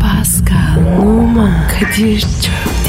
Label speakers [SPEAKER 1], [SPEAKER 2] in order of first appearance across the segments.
[SPEAKER 1] Pascal, Oman, Kadir çok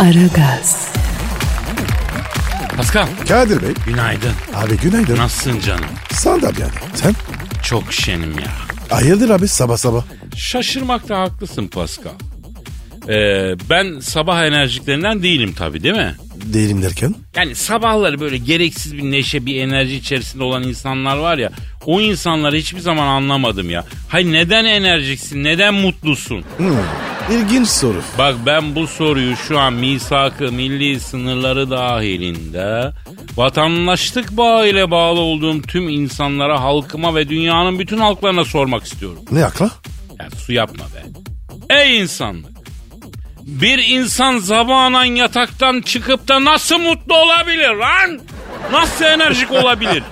[SPEAKER 1] Aragaz,
[SPEAKER 2] Pascal.
[SPEAKER 3] Kadir Bey.
[SPEAKER 2] Günaydın.
[SPEAKER 3] Abi günaydın.
[SPEAKER 2] Nasılsın canım?
[SPEAKER 3] Sen de abi yani. Sen?
[SPEAKER 2] Çok şenim ya.
[SPEAKER 3] Hayırdır abi sabah sabah.
[SPEAKER 2] Şaşırmakta haklısın Pascal. Ee, ben sabah enerjiklerinden değilim tabii değil mi?
[SPEAKER 3] Değilim derken?
[SPEAKER 2] Yani sabahları böyle gereksiz bir neşe, bir enerji içerisinde olan insanlar var ya. O insanları hiçbir zaman anlamadım ya. Hay neden enerjiksin, neden mutlusun?
[SPEAKER 3] Hmm. İlginç soru.
[SPEAKER 2] Bak ben bu soruyu şu an misakı milli sınırları dahilinde vatandaşlık bağı ile bağlı olduğum tüm insanlara, halkıma ve dünyanın bütün halklarına sormak istiyorum.
[SPEAKER 3] Ne akla?
[SPEAKER 2] Yani su yapma be. Ey insanlık! Bir insan zabanan yataktan çıkıp da nasıl mutlu olabilir lan? Nasıl enerjik olabilir?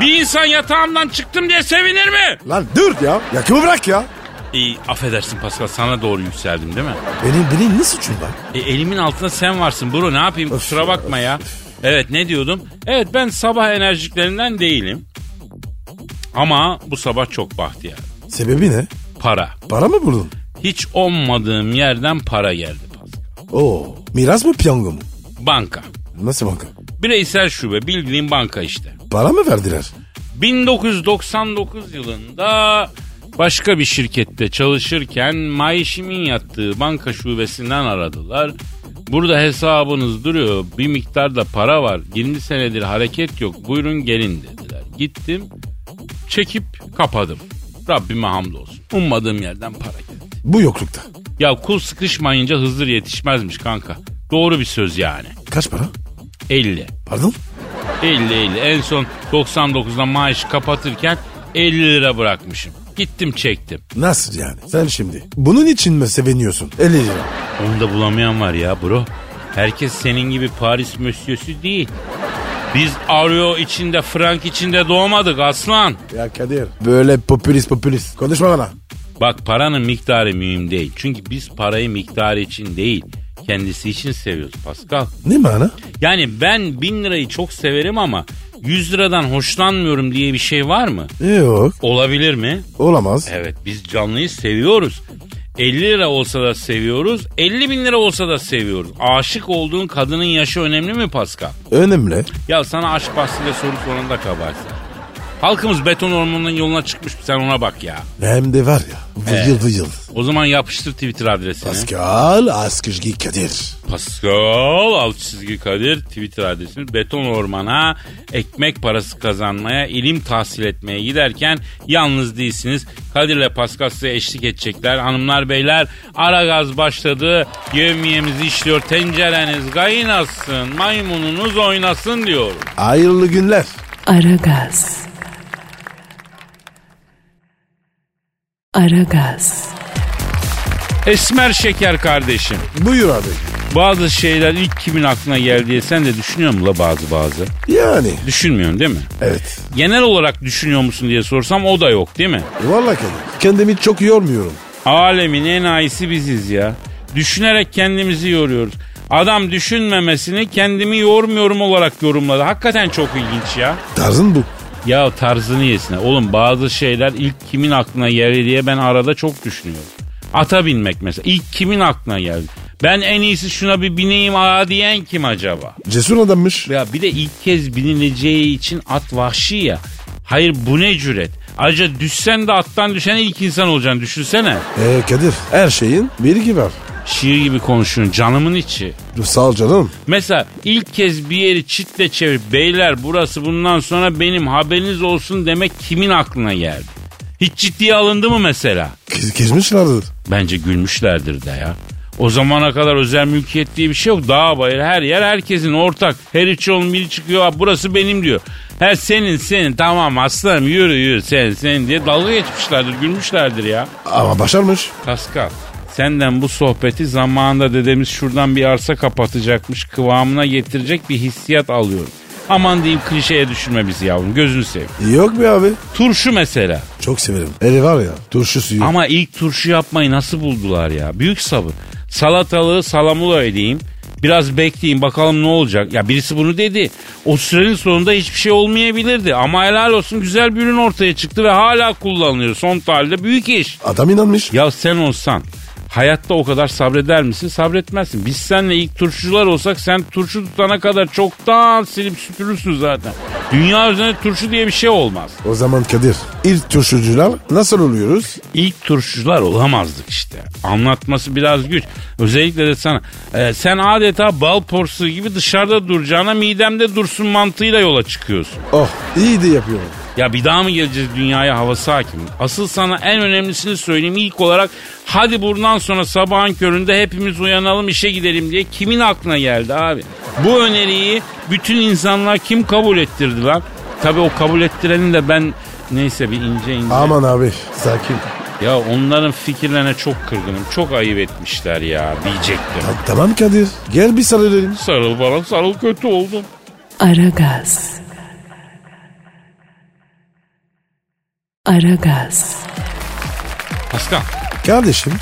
[SPEAKER 2] Bir insan yatağımdan çıktım diye sevinir mi?
[SPEAKER 3] Lan dur ya. Yakımı bırak ya.
[SPEAKER 2] İyi, affedersin Pascal sana doğru yükseldim değil mi?
[SPEAKER 3] Benim benim ne suçum var?
[SPEAKER 2] E, elimin altında sen varsın bro ne yapayım kusura bakma ya. Evet ne diyordum? Evet ben sabah enerjiklerinden değilim. Ama bu sabah çok bahtiyar.
[SPEAKER 3] Sebebi ne?
[SPEAKER 2] Para.
[SPEAKER 3] Para mı buldun?
[SPEAKER 2] Hiç olmadığım yerden para geldi. Pascal.
[SPEAKER 3] Oo. Miras mı piyango mu?
[SPEAKER 2] Banka.
[SPEAKER 3] Nasıl banka?
[SPEAKER 2] Bireysel şube bildiğin banka işte.
[SPEAKER 3] Para mı verdiler?
[SPEAKER 2] 1999 yılında başka bir şirkette çalışırken Mayişim'in yattığı banka şubesinden aradılar. Burada hesabınız duruyor bir miktar da para var 20 senedir hareket yok buyurun gelin dediler. Gittim çekip kapadım. Rabbime hamdolsun. Ummadığım yerden para geldi.
[SPEAKER 3] Bu yoklukta.
[SPEAKER 2] Ya kul sıkışmayınca hızır yetişmezmiş kanka. Doğru bir söz yani.
[SPEAKER 3] Kaç para?
[SPEAKER 2] 50.
[SPEAKER 3] Pardon?
[SPEAKER 2] 50 50 en son 99'da maaşı kapatırken 50 lira bırakmışım. Gittim çektim.
[SPEAKER 3] Nasıl yani? Sen şimdi. Bunun için mi seviniyorsun? 50 lira.
[SPEAKER 2] Onu da bulamayan var ya bro. Herkes senin gibi Paris mösyösü değil. Biz Aryo içinde Frank içinde doğmadık aslan.
[SPEAKER 3] Ya Kadir. Böyle popülist popülist. Konuşma bana.
[SPEAKER 2] Bak paranın miktarı mühim değil. Çünkü biz parayı miktarı için değil kendisi için seviyoruz Pascal.
[SPEAKER 3] Ne bana?
[SPEAKER 2] Yani ben bin lirayı çok severim ama 100 liradan hoşlanmıyorum diye bir şey var mı?
[SPEAKER 3] Yok.
[SPEAKER 2] Olabilir mi?
[SPEAKER 3] Olamaz.
[SPEAKER 2] Evet biz canlıyı seviyoruz. 50 lira olsa da seviyoruz. 50 bin lira olsa da seviyoruz. Aşık olduğun kadının yaşı önemli mi Pascal?
[SPEAKER 3] Önemli.
[SPEAKER 2] Ya sana aşk bahsiyle soru soranda kabahat. Halkımız beton ormanının yoluna çıkmış sen ona bak ya.
[SPEAKER 3] Hem de var ya. Vıyıl vıyıl.
[SPEAKER 2] O zaman yapıştır Twitter adresini.
[SPEAKER 3] Pascal Askışgi Kadir.
[SPEAKER 2] Pascal alt çizgi Kadir Twitter adresimiz beton ormana ekmek parası kazanmaya ilim tahsil etmeye giderken yalnız değilsiniz. Kadir ile Pascal size eşlik edecekler. Hanımlar beyler ara gaz başladı. Yevmiyemiz işliyor. Tencereniz kaynasın. Maymununuz oynasın diyor.
[SPEAKER 3] Hayırlı günler.
[SPEAKER 1] Aragaz. Aragaz,
[SPEAKER 2] Esmer şeker kardeşim.
[SPEAKER 3] Buyur abi.
[SPEAKER 2] Bazı şeyler ilk kimin aklına geldi diye sen de düşünüyor musun la bazı bazı?
[SPEAKER 3] Yani.
[SPEAKER 2] Düşünmüyorsun değil mi?
[SPEAKER 3] Evet.
[SPEAKER 2] Genel olarak düşünüyor musun diye sorsam o da yok değil mi?
[SPEAKER 3] E, Vallahi Kadir. Kendimi çok yormuyorum.
[SPEAKER 2] Alemin en iyisi biziz ya. Düşünerek kendimizi yoruyoruz. Adam düşünmemesini kendimi yormuyorum olarak yorumladı. Hakikaten çok ilginç ya.
[SPEAKER 3] Tarzın bu.
[SPEAKER 2] Ya tarzını yesine. Oğlum bazı şeyler ilk kimin aklına geldi diye ben arada çok düşünüyorum. Ata binmek mesela. İlk kimin aklına geldi? Ben en iyisi şuna bir bineyim aa diyen kim acaba?
[SPEAKER 3] Cesur adammış.
[SPEAKER 2] Ya bir de ilk kez binileceği için at vahşi ya. Hayır bu ne cüret? Ayrıca düşsen de attan düşen ilk insan olacaksın düşünsene.
[SPEAKER 3] E, Kadir her şeyin bir gibi var.
[SPEAKER 2] Şiir gibi konuşuyorsun canımın içi.
[SPEAKER 3] Dur, Sağ ol canım.
[SPEAKER 2] Mesela ilk kez bir yeri çitle çevir. Beyler burası bundan sonra benim haberiniz olsun demek kimin aklına geldi? Hiç ciddiye alındı mı mesela?
[SPEAKER 3] Kez, kezmişlerdir.
[SPEAKER 2] Bence gülmüşlerdir de ya. O zamana kadar özel mülkiyet diye bir şey yok. Dağ bayır her yer herkesin ortak. Her içi onun biri çıkıyor. "Aa, Burası benim diyor. He senin senin tamam aslanım yürü yürü sen sen diye dalga geçmişlerdir gülmüşlerdir ya.
[SPEAKER 3] Ama başarmış.
[SPEAKER 2] Pascal senden bu sohbeti zamanında dedemiz şuradan bir arsa kapatacakmış kıvamına getirecek bir hissiyat alıyorum. Aman diyeyim klişeye düşürme bizi yavrum gözünü seveyim.
[SPEAKER 3] Yok be abi.
[SPEAKER 2] Turşu mesela.
[SPEAKER 3] Çok severim. Eli var ya turşu suyu.
[SPEAKER 2] Ama ilk turşu yapmayı nasıl buldular ya? Büyük sabır. Salatalığı salamula edeyim. Biraz bekleyin bakalım ne olacak. Ya birisi bunu dedi. O sürenin sonunda hiçbir şey olmayabilirdi. Ama helal olsun güzel bir ürün ortaya çıktı ve hala kullanılıyor. Son tarihte büyük iş.
[SPEAKER 3] Adam inanmış.
[SPEAKER 2] Ya sen olsan hayatta o kadar sabreder misin? Sabretmezsin. Biz seninle ilk turşucular olsak sen turşu tutana kadar çoktan silip süpürürsün zaten. Dünya üzerinde turşu diye bir şey olmaz.
[SPEAKER 3] O zaman Kadir ilk turşucular nasıl oluyoruz?
[SPEAKER 2] İlk turşucular olamazdık işte. Anlatması biraz güç. Özellikle de sana. e, sen adeta bal porsuğu gibi dışarıda duracağına midemde dursun mantığıyla yola çıkıyorsun.
[SPEAKER 3] Oh iyi de yapıyorum.
[SPEAKER 2] Ya bir daha mı geleceğiz dünyaya havası hakim? Asıl sana en önemlisini söyleyeyim. İlk olarak hadi buradan sonra sabahın köründe hepimiz uyanalım işe gidelim diye kimin aklına geldi abi? Bu öneriyi bütün insanlar kim kabul ettirdi lan? Tabii o kabul ettirenin de ben neyse bir ince ince.
[SPEAKER 3] Aman abi sakin. E,
[SPEAKER 2] Ya onların fikirlerine çok kırgınım. Çok ayıp etmişler ya diyecektim.
[SPEAKER 3] Ha, tamam Kadir gel bir sarılalım.
[SPEAKER 2] Sarıl bana sarıl kötü oldum.
[SPEAKER 1] Aragaz. Aragaz.
[SPEAKER 2] Paskal
[SPEAKER 3] Kardeşim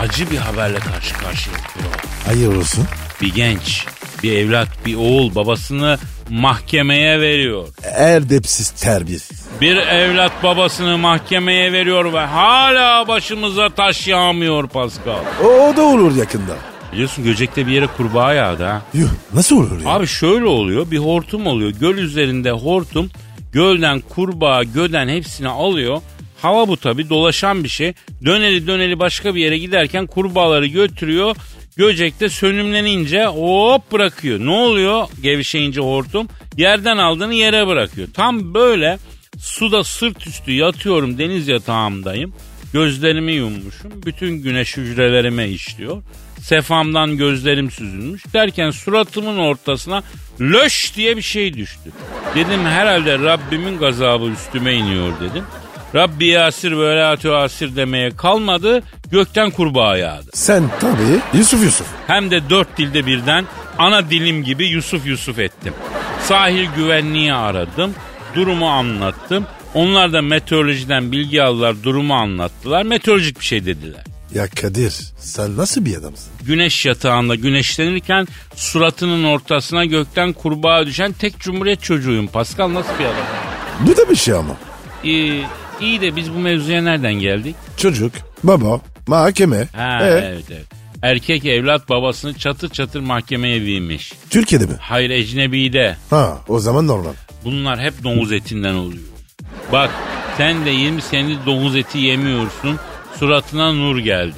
[SPEAKER 2] acı bir haberle karşı karşıyayız. bro.
[SPEAKER 3] hayır olsun.
[SPEAKER 2] Bir genç, bir evlat, bir oğul babasını mahkemeye veriyor.
[SPEAKER 3] Erdepsiz terbiyesiz.
[SPEAKER 2] Bir evlat babasını mahkemeye veriyor ve hala başımıza taş yağmıyor Pascal.
[SPEAKER 3] O, o da olur yakında.
[SPEAKER 2] Biliyorsun Göcek'te bir yere kurbağa yağdı ha.
[SPEAKER 3] Yuh nasıl olur ya?
[SPEAKER 2] Abi şöyle oluyor bir hortum oluyor. Göl üzerinde hortum gölden kurbağa göden hepsini alıyor. Hava bu tabi dolaşan bir şey. Döneli döneli başka bir yere giderken kurbağaları götürüyor. Göcekte sönümlenince hop bırakıyor. Ne oluyor gevşeyince hortum? Yerden aldığını yere bırakıyor. Tam böyle suda sırt üstü yatıyorum deniz yatağımdayım. Gözlerimi yummuşum. Bütün güneş hücrelerime işliyor. Sefamdan gözlerim süzülmüş. Derken suratımın ortasına löş diye bir şey düştü. Dedim herhalde Rabbimin gazabı üstüme iniyor dedim. Rabbi yasir ve la tuasir demeye kalmadı. Gökten kurbağa yağdı.
[SPEAKER 3] Sen tabii Yusuf Yusuf.
[SPEAKER 2] Hem de dört dilde birden ana dilim gibi Yusuf Yusuf ettim. Sahil güvenliği aradım. Durumu anlattım. Onlar da meteorolojiden bilgi aldılar, durumu anlattılar. Meteorolojik bir şey dediler.
[SPEAKER 3] Ya Kadir sen nasıl bir adamsın?
[SPEAKER 2] Güneş yatağında güneşlenirken suratının ortasına gökten kurbağa düşen tek cumhuriyet çocuğuyum. Pascal nasıl bir adam?
[SPEAKER 3] Bu da bir şey ama.
[SPEAKER 2] Ee, iyi de biz bu mevzuya nereden geldik?
[SPEAKER 3] Çocuk, baba, mahkeme.
[SPEAKER 2] Ha,
[SPEAKER 3] Ee,
[SPEAKER 2] evet evet. Erkek evlat babasını çatır çatır mahkemeye vermiş.
[SPEAKER 3] Türkiye'de mi?
[SPEAKER 2] Hayır ecnebi de.
[SPEAKER 3] Ha o zaman normal.
[SPEAKER 2] Bunlar hep domuz etinden oluyor. Bak sen de 20 senedir domuz eti yemiyorsun. Suratına nur geldi.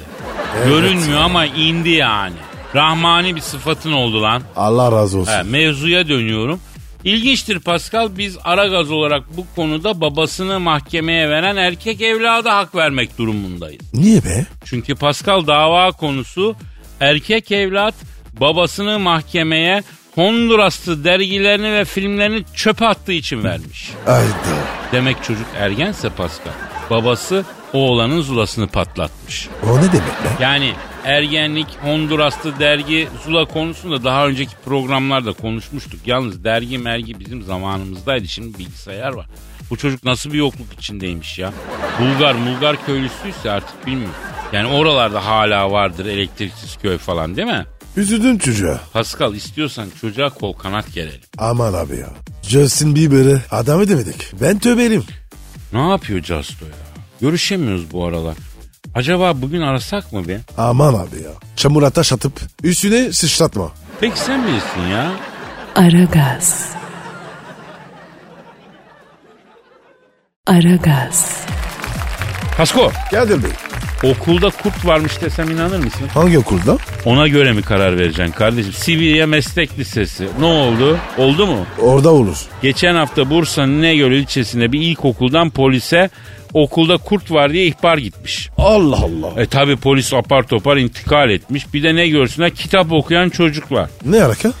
[SPEAKER 3] Evet.
[SPEAKER 2] Görünmüyor ama indi yani. Rahmani bir sıfatın oldu lan.
[SPEAKER 3] Allah razı olsun.
[SPEAKER 2] Ha, mevzuya dönüyorum. İlginçtir Pascal biz ara gaz olarak bu konuda babasını mahkemeye veren erkek evlada hak vermek durumundayız.
[SPEAKER 3] Niye be?
[SPEAKER 2] Çünkü Pascal dava konusu erkek evlat babasını mahkemeye Honduraslı dergilerini ve filmlerini çöpe attığı için vermiş.
[SPEAKER 3] Ayda.
[SPEAKER 2] Demek çocuk ergense Pascal babası oğlanın zulasını patlatmış.
[SPEAKER 3] O ne demek be?
[SPEAKER 2] Yani ergenlik Honduraslı dergi Zula konusunda daha önceki programlarda konuşmuştuk. Yalnız dergi mergi bizim zamanımızdaydı. Şimdi bilgisayar var. Bu çocuk nasıl bir yokluk içindeymiş ya. Bulgar Bulgar köylüsüyse artık bilmiyorum. Yani oralarda hala vardır elektriksiz köy falan değil mi?
[SPEAKER 3] Üzüldüm çocuğa.
[SPEAKER 2] Pascal istiyorsan çocuğa kol kanat gerelim.
[SPEAKER 3] Aman abi ya. Justin Bieber'ı adam edemedik. Ben tövbelim.
[SPEAKER 2] Ne yapıyor Casto ya? Görüşemiyoruz bu aralar. Acaba bugün arasak mı be?
[SPEAKER 3] Aman abi ya. Çamura taş atıp üstüne sıçratma.
[SPEAKER 2] Peki sen bilirsin ya.
[SPEAKER 1] Aragaz. Aragaz.
[SPEAKER 2] Pasko
[SPEAKER 3] Kadir Bey.
[SPEAKER 2] okulda kurt varmış desem inanır mısın?
[SPEAKER 3] Hangi okulda?
[SPEAKER 2] Ona göre mi karar vereceksin kardeşim? Sibirya Meslek Lisesi. Ne oldu? Oldu mu?
[SPEAKER 3] Orada olur.
[SPEAKER 2] Geçen hafta Bursa'nın İnegöl ilçesinde bir ilkokuldan polise okulda kurt var diye ihbar gitmiş.
[SPEAKER 3] Allah Allah.
[SPEAKER 2] E tabi polis apar topar intikal etmiş. Bir de ne görsünler kitap okuyan çocuk var.
[SPEAKER 3] Ne alaka?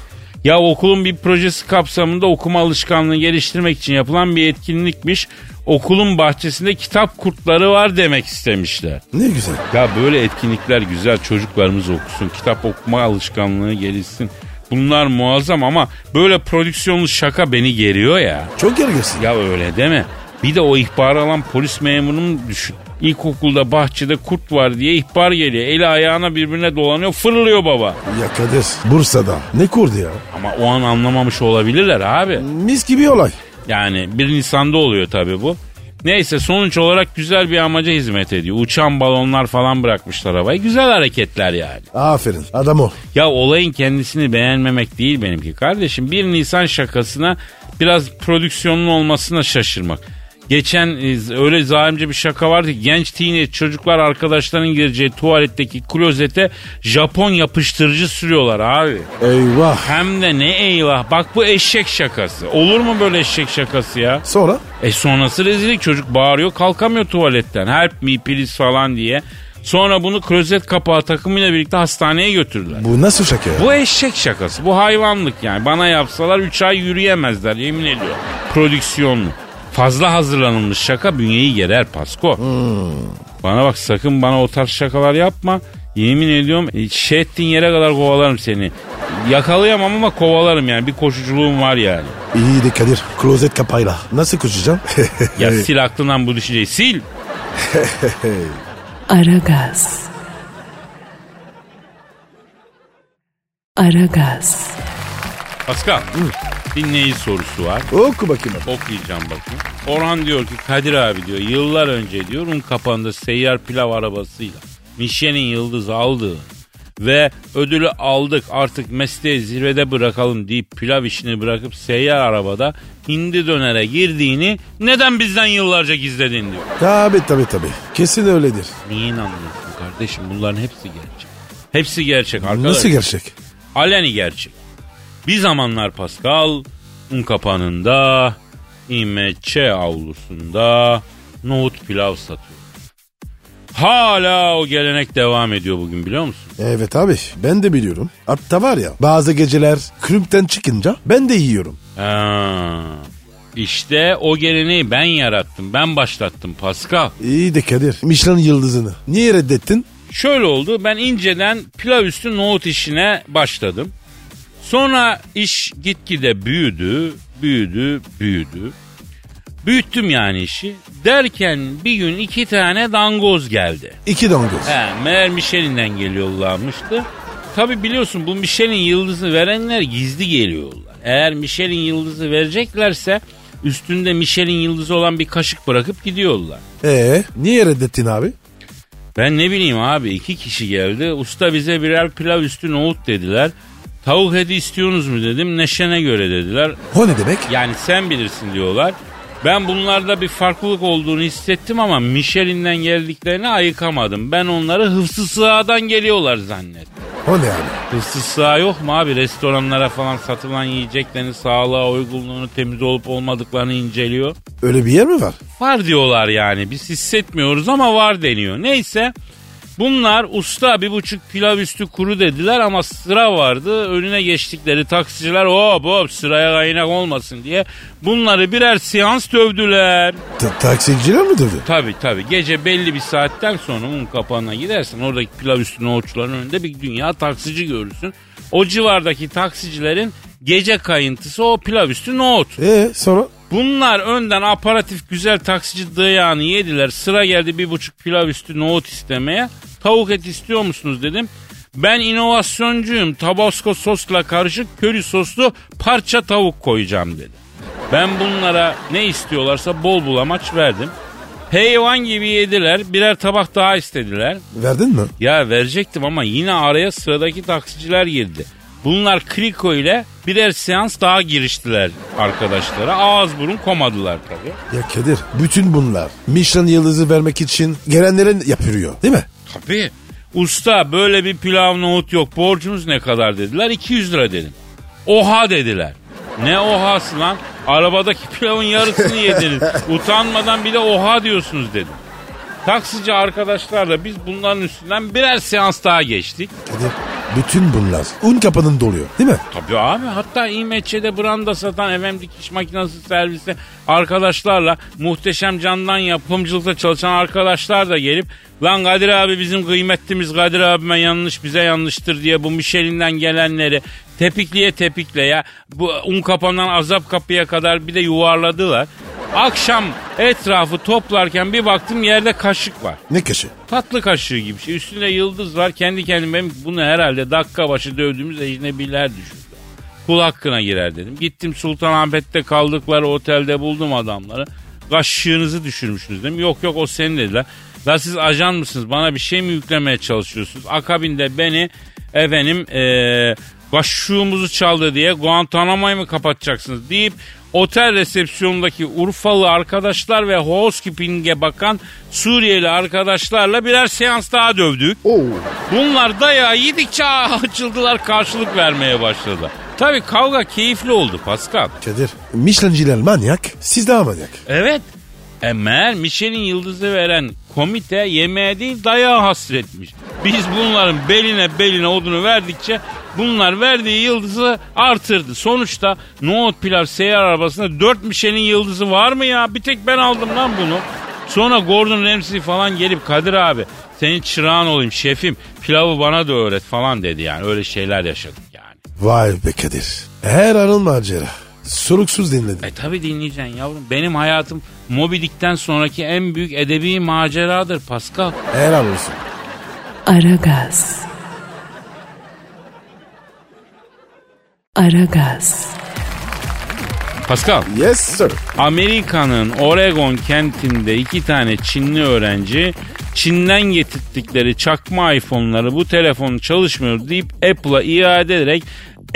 [SPEAKER 2] Ya okulun bir projesi kapsamında okuma alışkanlığını geliştirmek için yapılan bir etkinlikmiş. Okulun bahçesinde kitap kurtları var demek istemişler.
[SPEAKER 3] Ne güzel.
[SPEAKER 2] Ya böyle etkinlikler güzel çocuklarımız okusun, kitap okuma alışkanlığı gelişsin. Bunlar muazzam ama böyle prodüksiyonlu şaka beni geriyor ya.
[SPEAKER 3] Çok gerginsin.
[SPEAKER 2] Ya öyle deme. Bir de o ihbar alan polis memurunu düşün. İlkokulda bahçede kurt var diye ihbar geliyor. Eli ayağına birbirine dolanıyor fırlıyor baba.
[SPEAKER 3] Ya Kadir Bursa'da ne kurdu ya?
[SPEAKER 2] Ama o an anlamamış olabilirler abi.
[SPEAKER 3] Mis gibi olay.
[SPEAKER 2] Yani 1 Nisan'da oluyor tabii bu. Neyse sonuç olarak güzel bir amaca hizmet ediyor. Uçan balonlar falan bırakmışlar havaya. Güzel hareketler yani.
[SPEAKER 3] Aferin adam o.
[SPEAKER 2] Ya olayın kendisini beğenmemek değil benimki kardeşim. 1 Nisan şakasına biraz prodüksiyonun olmasına şaşırmak. Geçen e, öyle zalimce bir şaka vardı ki genç teenage çocuklar arkadaşlarının gireceği tuvaletteki klozete Japon yapıştırıcı sürüyorlar abi.
[SPEAKER 3] Eyvah.
[SPEAKER 2] Hem de ne eyvah bak bu eşek şakası. Olur mu böyle eşek şakası ya?
[SPEAKER 3] Sonra?
[SPEAKER 2] E sonrası rezillik çocuk bağırıyor kalkamıyor tuvaletten. Help me please falan diye. Sonra bunu klozet kapağı takımıyla birlikte hastaneye götürdüler.
[SPEAKER 3] Bu nasıl şaka ya?
[SPEAKER 2] Bu eşek şakası. Bu hayvanlık yani. Bana yapsalar 3 ay yürüyemezler yemin ediyorum. Prodüksiyonlu. Fazla hazırlanılmış şaka bünyeyi gerer Pasko. Bana bak sakın bana o tarz şakalar yapma. Yemin ediyorum e, şey ettiğin yere kadar kovalarım seni. Yakalayamam ama kovalarım yani. Bir koşuculuğum var yani.
[SPEAKER 3] İyi de Kadir klozet kapayla. Nasıl koşacağım?
[SPEAKER 2] Ya sil aklından bu düşünceyi sil.
[SPEAKER 1] Aragaz. Aragaz.
[SPEAKER 2] Pascal dinleyici sorusu var.
[SPEAKER 3] Oku bakayım.
[SPEAKER 2] Okuyacağım bakın. Orhan diyor ki Kadir abi diyor yıllar önce diyor un kapanında seyyar pilav arabasıyla Mişe'nin yıldızı aldığı ve ödülü aldık artık mesleği zirvede bırakalım deyip pilav işini bırakıp seyyar arabada hindi dönere girdiğini neden bizden yıllarca gizledin diyor.
[SPEAKER 3] Tabi tabi tabi. Kesin öyledir.
[SPEAKER 2] Niye inanmıyorsun kardeşim bunların hepsi gerçek. Hepsi gerçek arkadaş.
[SPEAKER 3] Nasıl gerçek?
[SPEAKER 2] Aleni gerçek. Bir zamanlar Pascal un kapanında İmeçe avlusunda nohut pilav satıyor. Hala o gelenek devam ediyor bugün biliyor musun?
[SPEAKER 3] Evet abi ben de biliyorum. Hatta var ya bazı geceler kulüpten çıkınca ben de yiyorum.
[SPEAKER 2] Ha. İşte o geleneği ben yarattım, ben başlattım Pascal.
[SPEAKER 3] İyi de Kadir Michelin yıldızını niye reddettin?
[SPEAKER 2] Şöyle oldu ben inceden pilav üstü nohut işine başladım. Sonra iş gitgide büyüdü, büyüdü, büyüdü. Büyüttüm yani işi. Derken bir gün iki tane dangoz geldi.
[SPEAKER 3] İki dongoz.
[SPEAKER 2] He, meğer Michelin'den geliyorlarmıştı. Tabi biliyorsun bu Michelin yıldızı verenler gizli geliyorlar. Eğer Michelin yıldızı vereceklerse üstünde Michelin yıldızı olan bir kaşık bırakıp gidiyorlar.
[SPEAKER 3] Ee niye reddettin abi?
[SPEAKER 2] Ben ne bileyim abi iki kişi geldi. Usta bize birer pilav üstü nohut dediler. Tavuk eti istiyorsunuz mu dedim. Neşene göre dediler.
[SPEAKER 3] O ne demek?
[SPEAKER 2] Yani sen bilirsin diyorlar. Ben bunlarda bir farklılık olduğunu hissettim ama Michelin'den geldiklerini ayıkamadım. Ben onları hıfzı sığadan geliyorlar zannettim.
[SPEAKER 3] O ne abi?
[SPEAKER 2] Hıfzı sığa yok mu abi? Restoranlara falan satılan yiyeceklerin sağlığa uygunluğunu temiz olup olmadıklarını inceliyor.
[SPEAKER 3] Öyle bir yer mi var?
[SPEAKER 2] Var diyorlar yani biz hissetmiyoruz ama var deniyor. Neyse bunlar usta bir buçuk pilav üstü kuru dediler ama sıra vardı. Önüne geçtikleri taksiciler hop hop sıraya kaynak olmasın diye bunları birer seans dövdüler.
[SPEAKER 3] Ta- taksiciler mi dövdü?
[SPEAKER 2] Tabi tabi gece belli bir saatten sonra un kapağına gidersin oradaki pilav üstü nohutçuların önünde bir dünya taksici görürsün. O civardaki taksicilerin gece kayıntısı o pilav üstü nohut.
[SPEAKER 3] Ee sonra?
[SPEAKER 2] Bunlar önden aparatif güzel taksici dayağını yediler. Sıra geldi bir buçuk pilav üstü nohut istemeye. Tavuk et istiyor musunuz dedim. Ben inovasyoncuyum. Tabasco sosla karışık köri soslu parça tavuk koyacağım dedi. Ben bunlara ne istiyorlarsa bol bulamaç verdim. Heyvan gibi yediler. Birer tabak daha istediler.
[SPEAKER 3] Verdin mi?
[SPEAKER 2] Ya verecektim ama yine araya sıradaki taksiciler girdi. Bunlar kriko ile birer seans daha giriştiler arkadaşlara. Ağız burun komadılar tabii.
[SPEAKER 3] Ya Kadir bütün bunlar Michelin yıldızı vermek için gelenlerin yapıyor değil mi?
[SPEAKER 2] Tabii. Usta böyle bir pilav nohut yok borcunuz ne kadar dediler. 200 lira dedim. Oha dediler. Ne ohası lan? Arabadaki pilavın yarısını yediniz. Utanmadan bile oha diyorsunuz dedim. Taksici arkadaşlarla biz bunların üstünden birer seans daha geçtik.
[SPEAKER 3] Kadir Bütün bunlar un kapanın doluyor değil mi?
[SPEAKER 2] Tabii abi hatta İmeççe'de branda satan FM dikiş makinesi servisi arkadaşlarla muhteşem candan yapımcılıkta çalışan arkadaşlar da gelip lan Kadir abi bizim kıymetlimiz Kadir abime yanlış bize yanlıştır diye bu Michelin'den gelenleri tepikliye tepikle ya bu un kapandan azap kapıya kadar bir de yuvarladılar. Akşam etrafı toplarken bir baktım yerde kaşık var
[SPEAKER 3] Ne kaşı?
[SPEAKER 2] tatlı kaşığı gibi şey. Üstünde yıldız var. Kendi kendime benim bunu herhalde dakika başı dövdüğümüz ecnebiler düşündü. Kul hakkına girer dedim. Gittim Sultanahmet'te kaldıkları otelde buldum adamları. Kaşığınızı düşürmüşsünüz dedim. Yok yok o senin dediler. La siz ajan mısınız? Bana bir şey mi yüklemeye çalışıyorsunuz? Akabinde beni efendim eee kaşığımızı çaldı diye Guantanamo'yu mı kapatacaksınız deyip otel resepsiyonundaki Urfalı arkadaşlar ve housekeeping'e bakan Suriyeli arkadaşlarla birer seans daha dövdük. Bunlar dayağı yedikçe açıldılar karşılık vermeye başladı. Tabii kavga keyifli oldu Pascal.
[SPEAKER 3] Kadir. Michelinciler manyak, siz daha manyak.
[SPEAKER 2] Evet. E meğer Michelin yıldızı veren komite yemeğe değil dayağa hasretmiş. Biz bunların beline beline odunu verdikçe bunlar verdiği yıldızı artırdı. Sonuçta Nohut Pilav seyyar arabasında 4 Michelin yıldızı var mı ya? Bir tek ben aldım lan bunu. Sonra Gordon Ramsay falan gelip Kadir abi senin çırağın olayım şefim pilavı bana da öğret falan dedi yani. Öyle şeyler yaşadık yani.
[SPEAKER 3] Vay be Kadir. Her anın macera. Soruksuz dinledin.
[SPEAKER 2] E tabi dinleyeceksin yavrum. Benim hayatım Moby Dick'ten sonraki en büyük edebi maceradır Pascal.
[SPEAKER 3] Helal olsun.
[SPEAKER 1] Aragaz. Aragaz.
[SPEAKER 2] Pascal,
[SPEAKER 3] Yes sir.
[SPEAKER 2] Amerika'nın Oregon kentinde iki tane Çinli öğrenci Çin'den getirdikleri çakma iPhone'ları bu telefon çalışmıyor deyip Apple'a iade ederek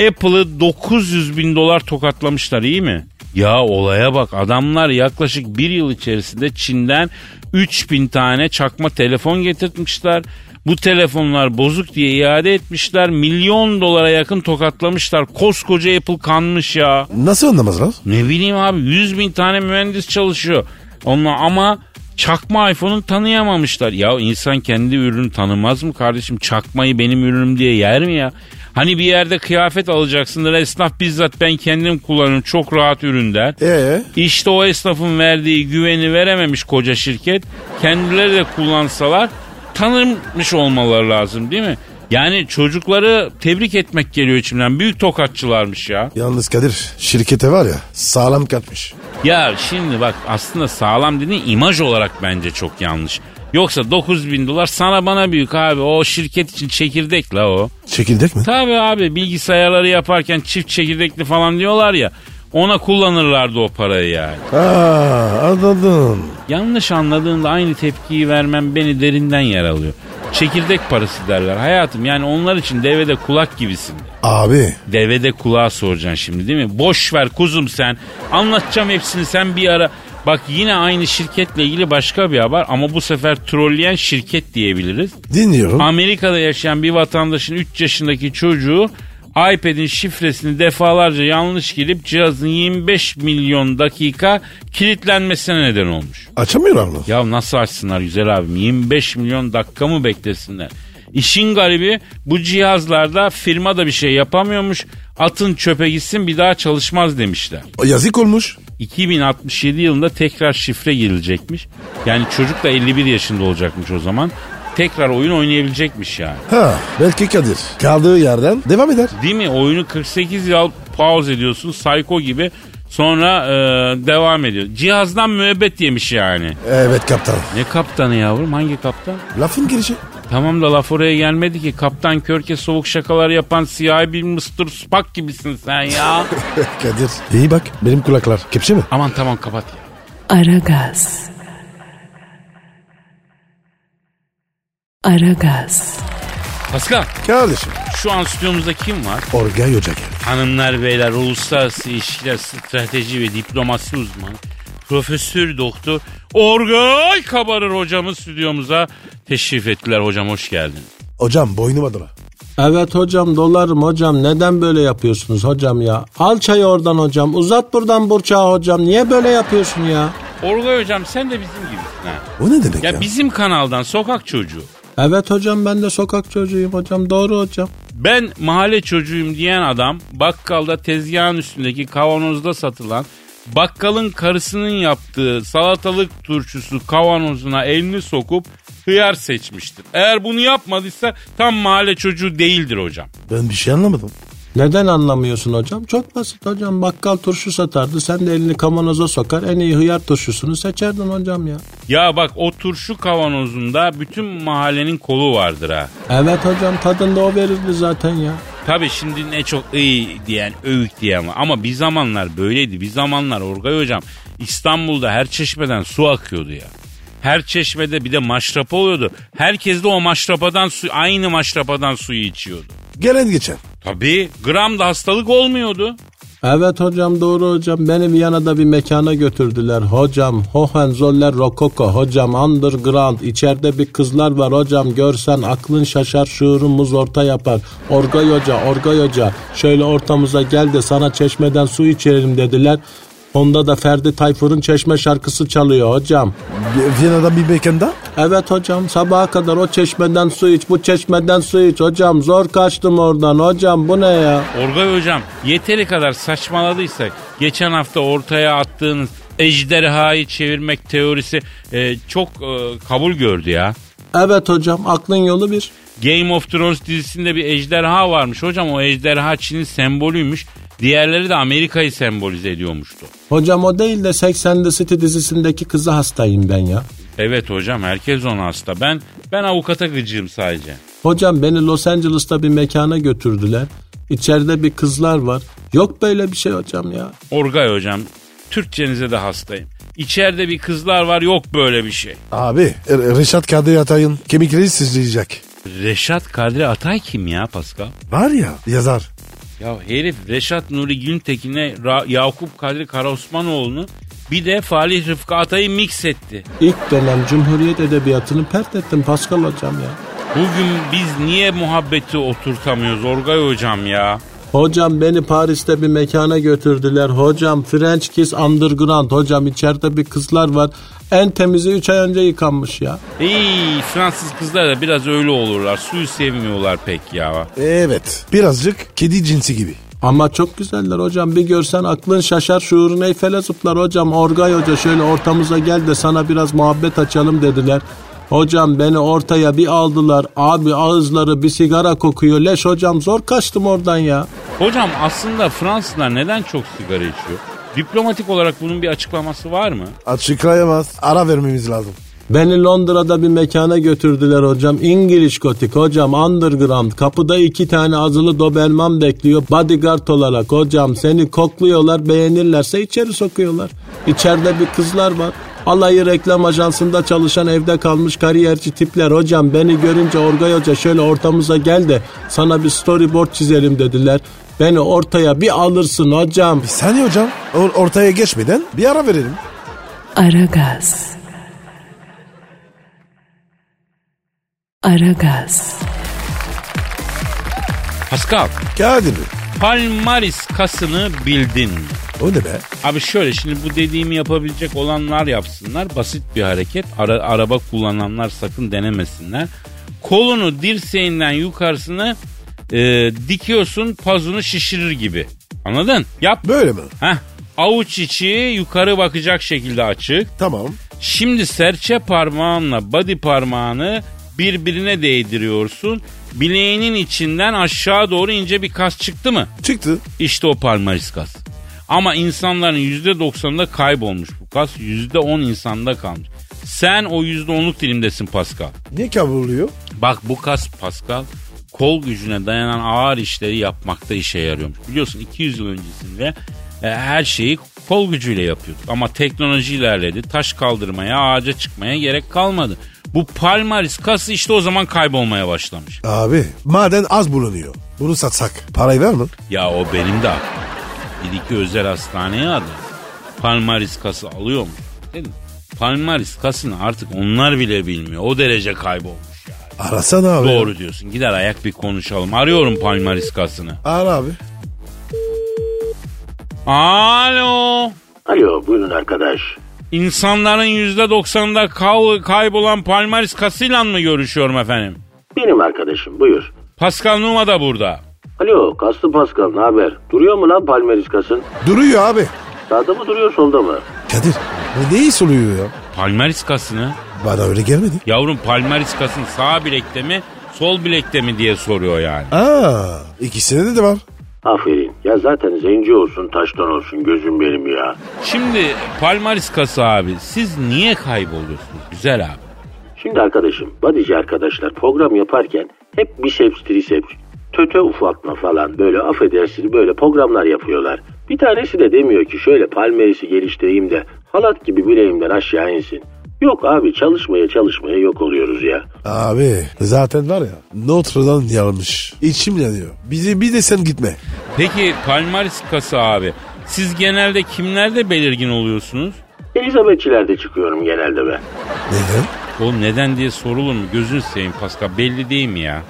[SPEAKER 2] Apple'ı 900 bin dolar tokatlamışlar iyi mi? Ya olaya bak adamlar yaklaşık bir yıl içerisinde Çin'den 3000 tane çakma telefon getirtmişler. Bu telefonlar bozuk diye iade etmişler. Milyon dolara yakın tokatlamışlar. Koskoca Apple kanmış ya.
[SPEAKER 3] Nasıl anlamazlar?
[SPEAKER 2] Ne bileyim abi 100 bin tane mühendis çalışıyor. Onunla ama çakma iPhone'u tanıyamamışlar. Ya insan kendi ürünü tanımaz mı kardeşim? Çakmayı benim ürünüm diye yer mi ya? Hani bir yerde kıyafet alacaksındır. Esnaf bizzat ben kendim kullanırım çok rahat ürün der.
[SPEAKER 3] Ee?
[SPEAKER 2] İşte o esnafın verdiği güveni verememiş koca şirket. Kendileri de kullansalar tanınmış olmaları lazım değil mi? Yani çocukları tebrik etmek geliyor içimden. Büyük tokatçılarmış ya.
[SPEAKER 3] Yalnız Kadir şirkete var ya sağlam katmış.
[SPEAKER 2] Ya şimdi bak aslında sağlam dediğin imaj olarak bence çok yanlış. Yoksa 9 bin dolar sana bana büyük abi. O şirket için çekirdek la o.
[SPEAKER 3] Çekirdek mi?
[SPEAKER 2] Tabi abi bilgisayarları yaparken çift çekirdekli falan diyorlar ya. Ona kullanırlardı o parayı yani.
[SPEAKER 3] Aa anladım.
[SPEAKER 2] Yanlış anladığında aynı tepkiyi vermem beni derinden yer alıyor. Çekirdek parası derler hayatım. Yani onlar için devede kulak gibisin.
[SPEAKER 3] Abi
[SPEAKER 2] Devede kulağa soracaksın şimdi değil mi? Boş ver kuzum sen. Anlatacağım hepsini sen bir ara. Bak yine aynı şirketle ilgili başka bir haber ama bu sefer trolleyen şirket diyebiliriz.
[SPEAKER 3] dinliyorum.
[SPEAKER 2] Amerika'da yaşayan bir vatandaşın 3 yaşındaki çocuğu iPad'in şifresini defalarca yanlış girip cihazın 25 milyon dakika kilitlenmesine neden olmuş.
[SPEAKER 3] Açamıyorlar mı?
[SPEAKER 2] Ya nasıl açsınlar güzel abim? 25 milyon dakika mı beklesinler? İşin garibi bu cihazlarda firma da bir şey yapamıyormuş. Atın çöpe gitsin bir daha çalışmaz demişler.
[SPEAKER 3] Yazık olmuş.
[SPEAKER 2] 2067 yılında tekrar şifre girilecekmiş. Yani çocuk da 51 yaşında olacakmış o zaman. Tekrar oyun oynayabilecekmiş yani.
[SPEAKER 3] Ha belki Kadir kaldığı yerden devam eder.
[SPEAKER 2] Değil mi? Oyunu 48 yıl pause ediyorsun. Psycho gibi. Sonra e, devam ediyor. Cihazdan müebbet yemiş yani.
[SPEAKER 3] Evet kaptan.
[SPEAKER 2] Ne kaptanı yavrum? Hangi kaptan?
[SPEAKER 3] Lafın girişi.
[SPEAKER 2] Tamam da laf oraya gelmedi ki. Kaptan Körke soğuk şakalar yapan siyahi bir Mr. Spock gibisin sen ya.
[SPEAKER 3] Kadir. İyi bak benim kulaklar. Kepçe mi?
[SPEAKER 2] Aman tamam kapat ya.
[SPEAKER 1] Aragaz. Aragaz.
[SPEAKER 2] Pascal
[SPEAKER 3] Kardeşim.
[SPEAKER 2] şu an stüdyomuzda kim var?
[SPEAKER 3] Orgay Hoca geldi.
[SPEAKER 2] Hanımlar beyler uluslararası ilişkiler strateji ve diplomasi uzmanı. Profesör Doktor Orgay Kabarır hocamız stüdyomuza teşrif ettiler hocam hoş geldin.
[SPEAKER 3] Hocam boynuma dola.
[SPEAKER 4] Evet hocam dolarım hocam neden böyle yapıyorsunuz hocam ya? Al çayı oradan hocam uzat buradan burçağı hocam niye böyle yapıyorsun ya?
[SPEAKER 2] Orgay hocam sen de bizim gibisin ha.
[SPEAKER 3] O ne demek ya?
[SPEAKER 2] Ya bizim kanaldan sokak çocuğu.
[SPEAKER 5] Evet hocam ben de sokak çocuğuyum hocam doğru hocam.
[SPEAKER 2] Ben mahalle çocuğuyum diyen adam bakkalda tezgahın üstündeki kavanozda satılan bakkalın karısının yaptığı salatalık turşusu kavanozuna elini sokup hıyar seçmiştir. Eğer bunu yapmadıysa tam mahalle çocuğu değildir hocam.
[SPEAKER 3] Ben bir şey anlamadım.
[SPEAKER 5] Neden anlamıyorsun hocam? Çok basit hocam bakkal turşu satardı sen de elini kavanoza sokar en iyi hıyar turşusunu seçerdin hocam ya.
[SPEAKER 2] Ya bak o turşu kavanozunda bütün mahallenin kolu vardır ha.
[SPEAKER 5] Evet hocam tadında o verirdi zaten ya.
[SPEAKER 2] Tabii şimdi ne çok iyi diyen övük diyen var. Ama bir zamanlar böyleydi. Bir zamanlar Orgay Hocam İstanbul'da her çeşmeden su akıyordu ya. Her çeşmede bir de maşrapa oluyordu. Herkes de o maşrapadan su, aynı maşrapadan suyu içiyordu.
[SPEAKER 3] Gelen geçen.
[SPEAKER 2] Tabii gram da hastalık olmuyordu.
[SPEAKER 5] Evet hocam doğru hocam. Beni Viyana'da bir mekana götürdüler. Hocam Hohenzoller Rokoko hocam underground. içeride bir kızlar var hocam görsen aklın şaşar şuurun muz orta yapar. Orgay hoca orgay hoca şöyle ortamıza gel de sana çeşmeden su içirelim dediler. Onda da Ferdi Tayfur'un çeşme şarkısı çalıyor hocam.
[SPEAKER 3] Vi- Viyana'dan bir mekanda.
[SPEAKER 5] Evet hocam sabaha kadar o çeşmeden su iç bu çeşmeden su iç hocam zor kaçtım oradan hocam bu ne ya?
[SPEAKER 2] Orgay Hocam yeteri kadar saçmaladıysak geçen hafta ortaya attığınız ejderhayı çevirmek teorisi e, çok e, kabul gördü ya.
[SPEAKER 5] Evet hocam aklın yolu bir.
[SPEAKER 2] Game of Thrones dizisinde bir ejderha varmış hocam. O ejderha Çin'in sembolüymüş. Diğerleri de Amerika'yı sembolize ediyormuştu.
[SPEAKER 5] Hocam o değil de 80'de City dizisindeki kızı hastayım ben ya.
[SPEAKER 2] Evet hocam herkes ona hasta. Ben ben avukata gıcığım sadece.
[SPEAKER 5] Hocam beni Los Angeles'ta bir mekana götürdüler. İçeride bir kızlar var. Yok böyle bir şey hocam ya.
[SPEAKER 2] Orgay hocam Türkçenize de hastayım. İçeride bir kızlar var yok böyle bir şey.
[SPEAKER 3] Abi Re- Reşat Kadir Atay'ın kemikleri sızlayacak.
[SPEAKER 2] Reşat Kadri Atay kim ya Pascal?
[SPEAKER 3] Var ya yazar.
[SPEAKER 2] Ya herif Reşat Nuri Güntekin'e Ra- Yakup Kadri Karaosmanoğlu'nu bir de Falih Rıfkı Atay'ı mix etti.
[SPEAKER 5] İlk dönem Cumhuriyet Edebiyatı'nı pert ettim Pascal hocam ya.
[SPEAKER 2] Bugün biz niye muhabbeti oturtamıyoruz Orgay hocam ya?
[SPEAKER 5] Hocam beni Paris'te bir mekana götürdüler. Hocam French Kiss Underground. Hocam içeride bir kızlar var. En temizi 3 ay önce yıkanmış ya.
[SPEAKER 2] İyi Fransız kızlar da biraz öyle olurlar. Suyu sevmiyorlar pek ya.
[SPEAKER 3] Evet. Birazcık kedi cinsi gibi.
[SPEAKER 5] Ama çok güzeller hocam bir görsen aklın şaşar şuurun eyfele zıplar hocam Orgay Hoca şöyle ortamıza gel de sana biraz muhabbet açalım dediler. Hocam beni ortaya bir aldılar abi ağızları bir sigara kokuyor leş hocam zor kaçtım oradan ya.
[SPEAKER 2] Hocam aslında Fransızlar neden çok sigara içiyor? Diplomatik olarak bunun bir açıklaması var mı?
[SPEAKER 3] Açıklayamaz. Ara vermemiz lazım.
[SPEAKER 5] Beni Londra'da bir mekana götürdüler hocam. İngiliz gotik hocam underground. Kapıda iki tane azılı doberman bekliyor. Bodyguard olarak hocam seni kokluyorlar beğenirlerse içeri sokuyorlar. İçeride bir kızlar var. Alayı reklam ajansında çalışan evde kalmış kariyerci tipler hocam beni görünce Orgay Hoca şöyle ortamıza gel de sana bir storyboard çizelim dediler. Beni ortaya bir alırsın hocam.
[SPEAKER 3] Bir saniye hocam. Or- ortaya geçmeden bir ara verelim.
[SPEAKER 1] Aragaz. Aragaz.
[SPEAKER 2] Pascal,
[SPEAKER 3] Kadir Bey.
[SPEAKER 2] Palmaris kasını bildin mi?
[SPEAKER 3] O ne be?
[SPEAKER 2] Abi şöyle şimdi bu dediğimi yapabilecek olanlar yapsınlar. Basit bir hareket. Ara- araba kullananlar sakın denemesinler. Kolunu dirseğinden yukarısını e, dikiyorsun pazunu şişirir gibi. Anladın? Yap.
[SPEAKER 3] Böyle mi?
[SPEAKER 2] Heh. Avuç içi yukarı bakacak şekilde açık.
[SPEAKER 3] Tamam.
[SPEAKER 2] Şimdi serçe parmağınla body parmağını birbirine değdiriyorsun. Bileğinin içinden aşağı doğru ince bir kas çıktı mı?
[SPEAKER 3] Çıktı.
[SPEAKER 2] İşte o parmaris kas. Ama insanların %90'ında kaybolmuş bu kas. %10 insanda kalmış. Sen o %10'luk dilimdesin Pascal.
[SPEAKER 3] Niye kavruluyor?
[SPEAKER 2] Bak bu kas Pascal kol gücüne dayanan ağır işleri yapmakta işe yarıyormuş. Biliyorsun 200 yıl öncesinde e, her şeyi kol gücüyle yapıyorduk. Ama teknoloji ilerledi. Taş kaldırmaya, ağaca çıkmaya gerek kalmadı. Bu palmaris kası işte o zaman kaybolmaya başlamış.
[SPEAKER 3] Abi maden az bulunuyor. Bunu satsak parayı ver mi?
[SPEAKER 2] Ya o benim de aklım. Bir iki özel hastaneye adam palmaris kası alıyor mu? Dedim. Palmaris kasını artık onlar bile bilmiyor. O derece kaybolmuş ya.
[SPEAKER 3] Arasana abi.
[SPEAKER 2] Doğru diyorsun. Gider ayak bir konuşalım. Arıyorum palmaris kasını.
[SPEAKER 3] Ara abi.
[SPEAKER 2] Alo.
[SPEAKER 6] Alo buyurun arkadaş.
[SPEAKER 2] İnsanların yüzde doksanda kaybolan Palmaris kasıyla mı görüşüyorum efendim?
[SPEAKER 6] Benim arkadaşım buyur.
[SPEAKER 2] Pascal Numa da burada.
[SPEAKER 6] Alo Kaslı Pascal ne haber? Duruyor mu lan Palmeris kasın?
[SPEAKER 3] Duruyor abi.
[SPEAKER 6] Sağda mı duruyor solda mı?
[SPEAKER 3] Kadir bu ne iş oluyor ya?
[SPEAKER 2] Palmaris kasını?
[SPEAKER 3] Bana öyle gelmedi.
[SPEAKER 2] Yavrum Palmaris kasın sağ bilekte mi sol bilekte mi diye soruyor yani.
[SPEAKER 3] Aa, ikisinde de var.
[SPEAKER 6] Aferin. Ya zaten zenci olsun taştan olsun gözüm benim ya.
[SPEAKER 2] Şimdi Palmaris kası abi siz niye kayboluyorsunuz güzel abi?
[SPEAKER 6] Şimdi arkadaşım badici arkadaşlar program yaparken hep biceps triceps töte ufaltma falan böyle affedersiniz böyle programlar yapıyorlar. Bir tanesi de demiyor ki şöyle palmerisi geliştireyim de halat gibi bileğimden aşağı insin. Yok abi çalışmaya çalışmaya yok oluyoruz ya.
[SPEAKER 3] Abi zaten var ya Notre'dan yanmış. İçim yanıyor. Bizi bir de sen gitme.
[SPEAKER 2] Peki Palmaris kası abi siz genelde kimlerde belirgin oluyorsunuz?
[SPEAKER 6] Elizabethçilerde çıkıyorum genelde ben.
[SPEAKER 3] Neden?
[SPEAKER 2] Oğlum neden diye sorulur mu? Gözünü seveyim Pascal belli değil mi ya?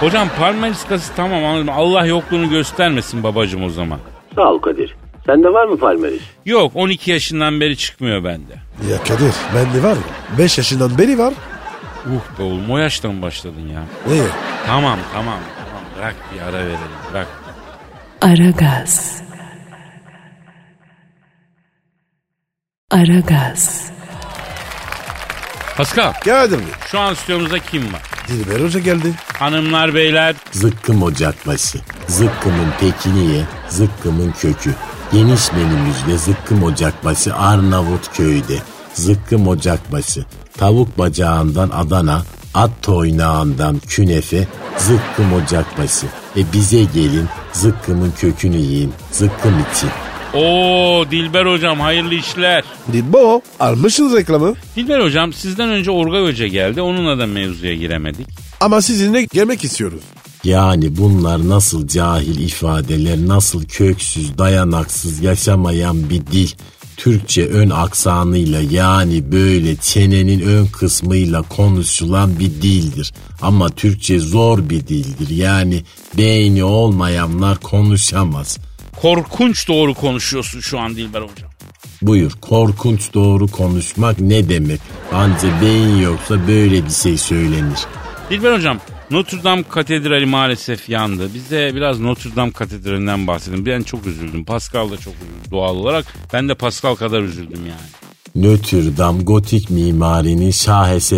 [SPEAKER 2] Hocam Palmaris kası tamam anladım. Allah yokluğunu göstermesin babacım o zaman.
[SPEAKER 6] Sağ ol Kadir. Sende var mı palmeris?
[SPEAKER 2] Yok 12 yaşından beri çıkmıyor bende.
[SPEAKER 3] Ya Kadir bende var ya 5 yaşından beri var.
[SPEAKER 2] Uh be oğlum o yaştan başladın ya.
[SPEAKER 3] Neye?
[SPEAKER 2] Tamam tamam tamam bırak bir ara verelim bırak.
[SPEAKER 1] Aragaz. Aragaz.
[SPEAKER 2] Pascal
[SPEAKER 3] Kadir Bey.
[SPEAKER 2] şu an stüdyomuzda kim var?
[SPEAKER 3] Dilber Hoca geldi.
[SPEAKER 2] Hanımlar beyler
[SPEAKER 5] Zıkkım ocakması. Zıkkımın tekini ye, zıkkımın kökü. Geniş menümüzde zıkkım ocakması Arnavutköy'de. Zıkkım ocakması. Tavuk bacağından Adana, at toynağından künefe, zıkkım ocakması. E bize gelin, zıkkımın kökünü yiyin, zıkkım için.
[SPEAKER 2] o Dilber hocam hayırlı işler.
[SPEAKER 3] Dilbo almışsınız reklamı.
[SPEAKER 2] Dilber hocam sizden önce Orga Hoca geldi onunla da mevzuya giremedik.
[SPEAKER 3] Ama sizinle gelmek istiyoruz.
[SPEAKER 5] Yani bunlar nasıl cahil ifadeler, nasıl köksüz, dayanaksız, yaşamayan bir dil. Türkçe ön aksanıyla yani böyle çenenin ön kısmıyla konuşulan bir dildir. Ama Türkçe zor bir dildir. Yani beyni olmayanlar konuşamaz.
[SPEAKER 2] Korkunç doğru konuşuyorsun şu an Dilber hocam.
[SPEAKER 5] Buyur korkunç doğru konuşmak ne demek? Anca beyin yoksa böyle bir şey söylenir.
[SPEAKER 2] Dilber hocam Notre Dame Katedrali maalesef yandı. Bize biraz Notre Dame Katedrali'nden bahsedin. Ben çok üzüldüm. Pascal da çok üzüldü doğal olarak. Ben de Pascal kadar üzüldüm yani.
[SPEAKER 5] Notre Dame gotik mimarinin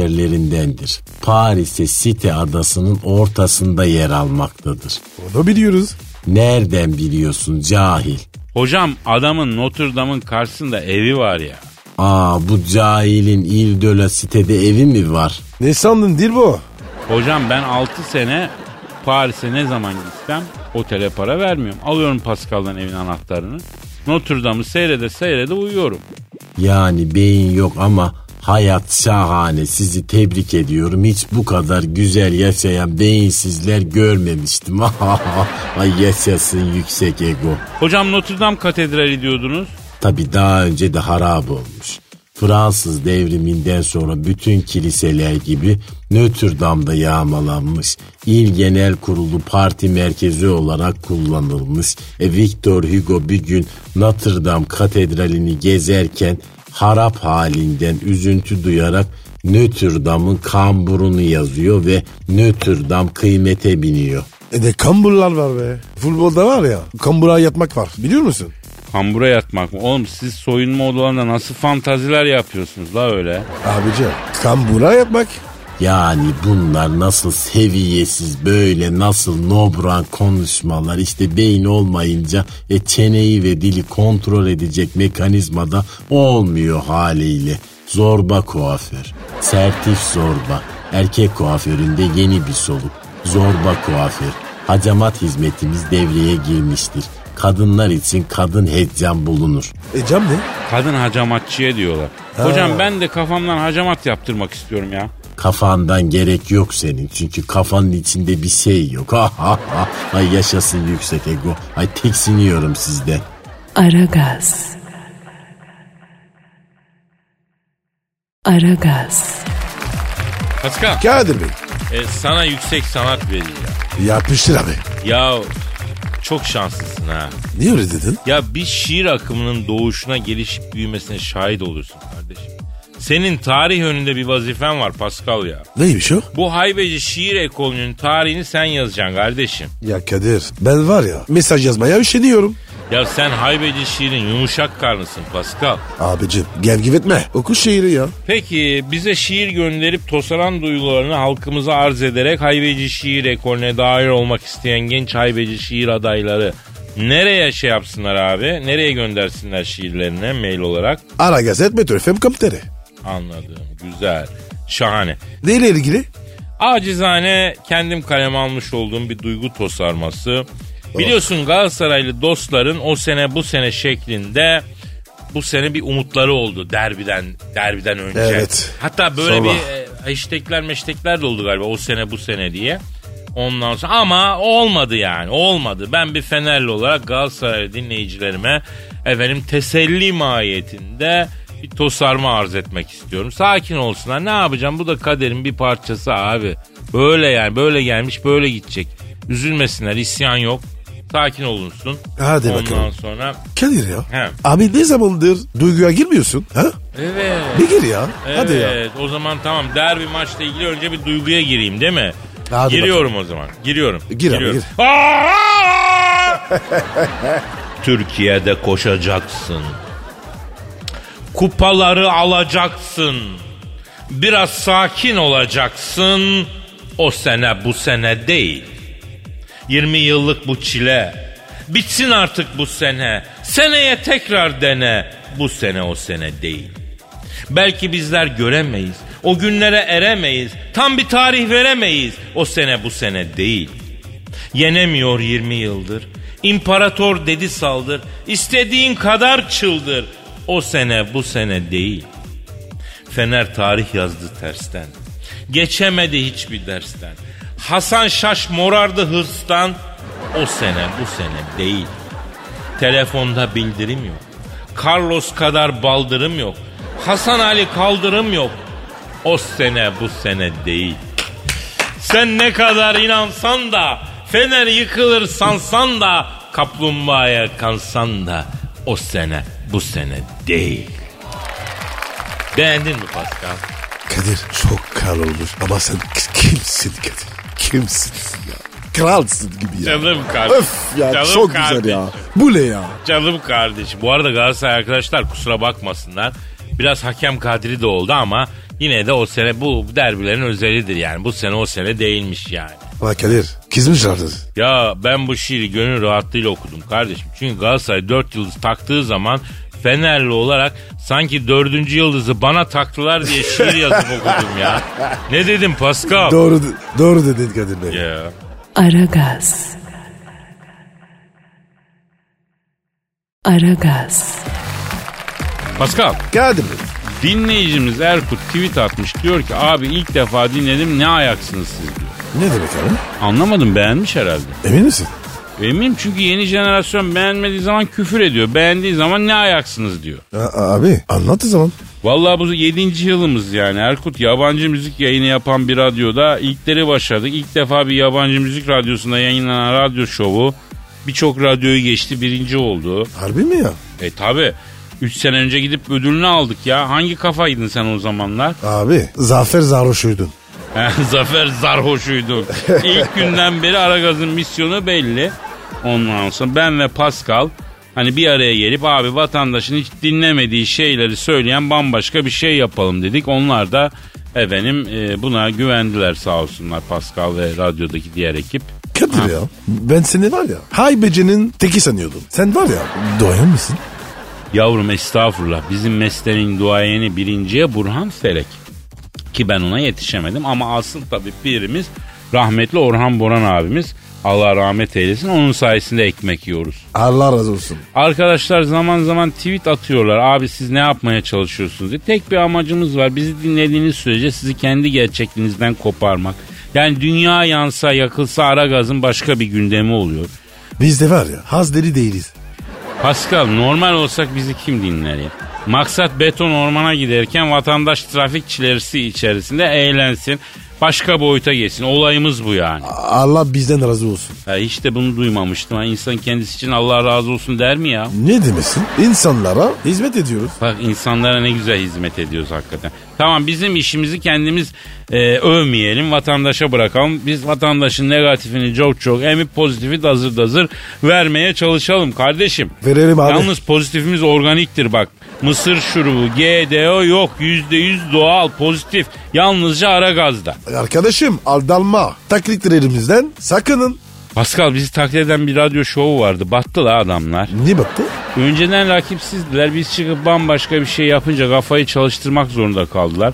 [SPEAKER 5] şaheserlerindendir. Paris'te Site adasının ortasında yer almaktadır.
[SPEAKER 3] Onu biliyoruz.
[SPEAKER 5] Nereden biliyorsun cahil?
[SPEAKER 2] Hocam adamın Notre Dame'ın karşısında evi var ya.
[SPEAKER 5] Aa bu cahilin Il de la Site'de evi mi var?
[SPEAKER 3] Ne sandın Dilbo?
[SPEAKER 2] Hocam ben 6 sene Paris'e ne zaman gitsem otele para vermiyorum. Alıyorum Pascal'dan evin anahtarını. Notre Dame'ı seyrede seyrede uyuyorum.
[SPEAKER 5] Yani beyin yok ama hayat şahane sizi tebrik ediyorum. Hiç bu kadar güzel yaşayan beyinsizler görmemiştim. Ay yaşasın yüksek ego.
[SPEAKER 2] Hocam Notre Dame Katedrali diyordunuz.
[SPEAKER 5] Tabi daha önce de harap olmuş. Fransız devriminden sonra bütün kiliseler gibi Notre Dame'da yağmalanmış. İl Genel Kurulu parti merkezi olarak kullanılmış. E Victor Hugo bir gün Notre Dame katedralini gezerken harap halinden üzüntü duyarak Notre Dame'ın kamburunu yazıyor ve Notre Dame kıymete biniyor.
[SPEAKER 3] E de kamburlar var be. Futbolda var ya kambura yatmak var biliyor musun?
[SPEAKER 2] Kambura yatmak mı? Oğlum siz soyunma odalarında nasıl fantaziler yapıyorsunuz la öyle?
[SPEAKER 3] Abici kambura yatmak.
[SPEAKER 5] Yani bunlar nasıl seviyesiz böyle nasıl nobran konuşmalar işte beyin olmayınca e, çeneyi ve dili kontrol edecek mekanizmada olmuyor haliyle. Zorba kuaför, sertif zorba, erkek kuaföründe yeni bir soluk, zorba kuaför. Hacamat hizmetimiz devreye girmiştir. Kadınlar için kadın heccam bulunur.
[SPEAKER 3] E cam ne?
[SPEAKER 2] Kadın hacamatçıya diyorlar. Hocam ben de kafamdan hacamat yaptırmak istiyorum ya.
[SPEAKER 5] Kafandan gerek yok senin. Çünkü kafanın içinde bir şey yok. Ha, ha, ha. Ay yaşasın yüksek ego. Ay tiksiniyorum sizden.
[SPEAKER 1] Aragaz. Aragaz.
[SPEAKER 2] Pascal
[SPEAKER 3] Kadir Bey
[SPEAKER 2] e, sana yüksek sanat vereceğim.
[SPEAKER 3] yapmıştır abi.
[SPEAKER 2] Ya çok şanslısın ha.
[SPEAKER 3] Niye öyle dedin?
[SPEAKER 2] Ya bir şiir akımının doğuşuna gelişip büyümesine şahit olursun kardeşim. Senin tarih önünde bir vazifen var Pascal ya.
[SPEAKER 3] Neymiş o?
[SPEAKER 2] Bu haybeci şiir ekolünün tarihini sen yazacaksın kardeşim.
[SPEAKER 3] Ya Kadir ben var ya mesaj yazmaya üşeniyorum.
[SPEAKER 2] Ya sen haybeci şiirin yumuşak karnısın Pascal.
[SPEAKER 3] Abicim gevgiv etme. Oku şiiri ya.
[SPEAKER 2] Peki bize şiir gönderip tosaran duygularını halkımıza arz ederek haybeci şiir ekolüne dair olmak isteyen genç haybeci şiir adayları nereye şey yapsınlar abi? Nereye göndersinler şiirlerine mail olarak?
[SPEAKER 3] Ara gazet Metro FM Kapiteri.
[SPEAKER 2] Anladım. Güzel. Şahane.
[SPEAKER 3] Neyle ilgili?
[SPEAKER 2] Acizane kendim kaleme almış olduğum bir duygu tosarması. Biliyorsun Galatasaraylı dostların o sene bu sene şeklinde bu sene bir umutları oldu derbiden derbiden önce.
[SPEAKER 3] Evet.
[SPEAKER 2] Hatta böyle
[SPEAKER 3] Sabah.
[SPEAKER 2] bir e, hashtagler meştekler de oldu galiba o sene bu sene diye. Ondan sonra ama olmadı yani olmadı. Ben bir Fenerli olarak Galatasaray dinleyicilerime efendim teselli mahiyetinde bir tosarma arz etmek istiyorum. Sakin olsunlar ne yapacağım bu da kaderin bir parçası abi. Böyle yani böyle gelmiş böyle gidecek. Üzülmesinler isyan yok. Sakin olunsun.
[SPEAKER 3] Hadi
[SPEAKER 2] Ondan
[SPEAKER 3] bakalım.
[SPEAKER 2] sonra
[SPEAKER 3] Kadir ya.
[SPEAKER 2] He.
[SPEAKER 3] Abi ne zamandır duyguya girmiyorsun? Ha?
[SPEAKER 2] evet.
[SPEAKER 3] Bir gir ya.
[SPEAKER 2] Evet,
[SPEAKER 3] Hadi ya.
[SPEAKER 2] o zaman tamam derbi maçla ilgili önce bir duyguya gireyim değil mi?
[SPEAKER 3] Hadi
[SPEAKER 2] Giriyorum o zaman. Giriyorum.
[SPEAKER 3] Gir abi,
[SPEAKER 2] Giriyorum. Türkiye'de koşacaksın. Kupaları alacaksın. Biraz sakin olacaksın. O sene bu sene değil. 20 yıllık bu çile. Bitsin artık bu sene. Seneye tekrar dene. Bu sene o sene değil. Belki bizler göremeyiz. O günlere eremeyiz. Tam bir tarih veremeyiz. O sene bu sene değil. Yenemiyor 20 yıldır. İmparator dedi saldır. İstediğin kadar çıldır. O sene bu sene değil. Fener tarih yazdı tersten. Geçemedi hiçbir dersten. Hasan Şaş morardı hırstan. O sene bu sene değil. Telefonda bildirim yok. Carlos kadar baldırım yok. Hasan Ali kaldırım yok. O sene bu sene değil. Sen ne kadar inansan da Fener yıkılır sansan da Kaplumbağaya kansan da O sene bu sene değil. Beğendin mi Pascal?
[SPEAKER 3] Kadir çok kral olmuş ama sen k- kimsin Kadir? Kimsin ya? Kralsın gibi ya.
[SPEAKER 2] Canım kardeşim.
[SPEAKER 3] Öf ya
[SPEAKER 2] Canım
[SPEAKER 3] çok güzel
[SPEAKER 2] kardeşim.
[SPEAKER 3] ya. Bu ne ya?
[SPEAKER 2] Canım kardeşim. Bu arada Galatasaray arkadaşlar kusura bakmasınlar. Biraz hakem kadri de oldu ama yine de o sene bu derbilerin özelidir yani. Bu sene o sene değilmiş yani.
[SPEAKER 3] Ama Kadir kızmışlardı.
[SPEAKER 2] Ya ben bu şiiri gönül rahatlığıyla okudum kardeşim. Çünkü Galatasaray 4 yıldız taktığı zaman Fenerli olarak sanki dördüncü yıldızı bana taktılar diye şiir yazıp okudum ya. Ne dedim Pascal?
[SPEAKER 3] Doğru, de- doğru dedin Kadir Bey.
[SPEAKER 2] Ya.
[SPEAKER 1] Aragaz. Aragaz.
[SPEAKER 2] Pascal
[SPEAKER 3] Kadir Bey.
[SPEAKER 2] dinleyicimiz Erkut tweet atmış diyor ki abi ilk defa dinledim ne ayaksınız siz diyor.
[SPEAKER 3] Ne demek abi?
[SPEAKER 2] Anlamadım beğenmiş herhalde.
[SPEAKER 3] Emin misin?
[SPEAKER 2] Eminim çünkü yeni jenerasyon beğenmediği zaman küfür ediyor. Beğendiği zaman ne ayaksınız diyor.
[SPEAKER 3] A- abi anlat o zaman.
[SPEAKER 2] Vallahi bu 7. yılımız yani. Erkut yabancı müzik yayını yapan bir radyoda ilkleri başladık. İlk defa bir yabancı müzik radyosunda yayınlanan radyo şovu birçok radyoyu geçti birinci oldu.
[SPEAKER 3] Harbi mi ya?
[SPEAKER 2] E tabi 3 sene önce gidip ödülünü aldık ya. Hangi kafaydın sen o zamanlar?
[SPEAKER 3] Abi Zafer Zarhoş'uydun.
[SPEAKER 2] Zafer zarhoşuydu. İlk günden beri Aragaz'ın misyonu belli. Ondan sonra ben ve Pascal hani bir araya gelip abi vatandaşın hiç dinlemediği şeyleri söyleyen bambaşka bir şey yapalım dedik. Onlar da efendim e, buna güvendiler sağ olsunlar Pascal ve radyodaki diğer ekip.
[SPEAKER 3] Kadir ya ben seni var ya haybecinin teki sanıyordum. Sen var ya doyan mısın?
[SPEAKER 2] Yavrum estağfurullah bizim mesleğin duayeni birinciye Burhan Selek. Ki ben ona yetişemedim ama asıl tabii birimiz rahmetli Orhan Boran abimiz. Allah rahmet eylesin onun sayesinde ekmek yiyoruz.
[SPEAKER 3] Allah razı olsun.
[SPEAKER 2] Arkadaşlar zaman zaman tweet atıyorlar abi siz ne yapmaya çalışıyorsunuz diye. Tek bir amacımız var bizi dinlediğiniz sürece sizi kendi gerçekliğinizden koparmak. Yani dünya yansa yakılsa ara gazın başka bir gündemi oluyor.
[SPEAKER 3] Biz de var ya haz deli değiliz.
[SPEAKER 2] Pascal normal olsak bizi kim dinler ya? Maksat beton ormana giderken vatandaş trafik çilesi içerisinde eğlensin. başka boyuta geçsin. Olayımız bu yani.
[SPEAKER 3] Allah bizden razı olsun.
[SPEAKER 2] Ya hiç de bunu duymamıştım. Ha, insan kendisi için Allah razı olsun der mi ya?
[SPEAKER 3] Ne demesin? İnsanlara hizmet ediyoruz.
[SPEAKER 2] Bak insanlara ne güzel hizmet ediyoruz hakikaten. Tamam bizim işimizi kendimiz e, övmeyelim, vatandaşa bırakalım. Biz vatandaşın negatifini çok çok emip pozitifi de hazır da hazır vermeye çalışalım kardeşim.
[SPEAKER 3] Verelim abi.
[SPEAKER 2] Yalnız pozitifimiz organiktir bak. Mısır şurubu, GDO yok. %100 doğal, pozitif. Yalnızca ara gazda.
[SPEAKER 3] Arkadaşım aldalma. Taklitlerimizden sakının.
[SPEAKER 2] Pascal bizi taklit eden bir radyo şovu vardı. Battı la adamlar.
[SPEAKER 3] Ne baktı?
[SPEAKER 2] Önceden rakipsizdiler. Biz çıkıp bambaşka bir şey yapınca kafayı çalıştırmak zorunda kaldılar.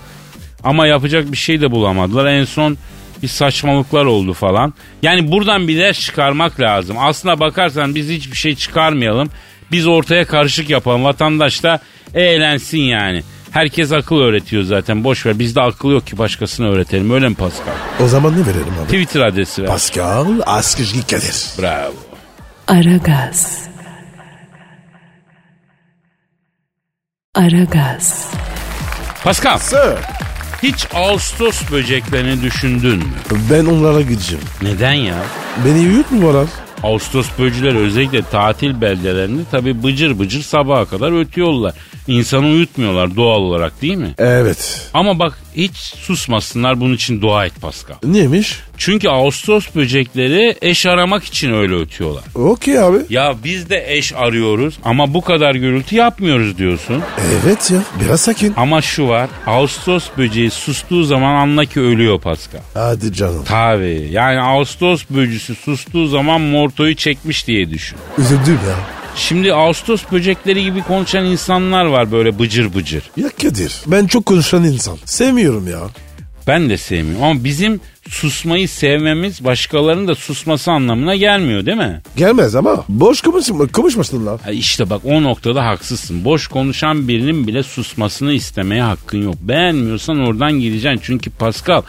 [SPEAKER 2] Ama yapacak bir şey de bulamadılar. En son bir saçmalıklar oldu falan. Yani buradan bir ders çıkarmak lazım. Aslına bakarsan biz hiçbir şey çıkarmayalım. Biz ortaya karışık yapalım. Vatandaş da eğlensin yani. Herkes akıl öğretiyor zaten. Boş ver. Bizde akıl yok ki başkasına öğretelim. Öyle mi Pascal?
[SPEAKER 3] O zaman ne verelim abi?
[SPEAKER 2] Twitter adresi ver.
[SPEAKER 3] Pascal Askışki Kadir.
[SPEAKER 2] Bravo.
[SPEAKER 1] Aragaz. Aragaz.
[SPEAKER 2] Pascal
[SPEAKER 3] Sir.
[SPEAKER 2] hiç Ağustos böceklerini düşündün mü?
[SPEAKER 3] Ben onlara gideceğim.
[SPEAKER 2] Neden ya?
[SPEAKER 3] Beni uyutmuyorlar.
[SPEAKER 2] Ağustos böcüleri özellikle tatil beldelerinde tabi bıcır bıcır sabaha kadar ötüyorlar. İnsanı uyutmuyorlar doğal olarak değil mi?
[SPEAKER 3] Evet.
[SPEAKER 2] Ama bak hiç susmasınlar bunun için dua et Pascal.
[SPEAKER 3] Neymiş?
[SPEAKER 2] Çünkü Ağustos böcekleri eş aramak için öyle ötüyorlar.
[SPEAKER 3] Okey abi.
[SPEAKER 2] Ya biz de eş arıyoruz ama bu kadar gürültü yapmıyoruz diyorsun.
[SPEAKER 3] Evet ya. Biraz sakin.
[SPEAKER 2] Ama şu var Ağustos böceği sustuğu zaman anla ki ölüyor Pascal.
[SPEAKER 3] Hadi canım.
[SPEAKER 2] Tabi yani Ağustos böcüsü sustuğu zaman mortoyu çekmiş diye düşün.
[SPEAKER 3] Üzüldüm ya.
[SPEAKER 2] Şimdi Ağustos böcekleri gibi konuşan insanlar var böyle bıcır bıcır.
[SPEAKER 3] Ya Kadir. Ben çok konuşan insan. Sevmiyorum ya.
[SPEAKER 2] Ben de sevmiyorum ama bizim susmayı sevmemiz başkalarının da susması anlamına gelmiyor değil mi?
[SPEAKER 3] Gelmez ama. Boş konuşma, konuşmasınlar.
[SPEAKER 2] Ha İşte bak o noktada haksızsın. Boş konuşan birinin bile susmasını istemeye hakkın yok. Beğenmiyorsan oradan gideceksin. Çünkü Pascal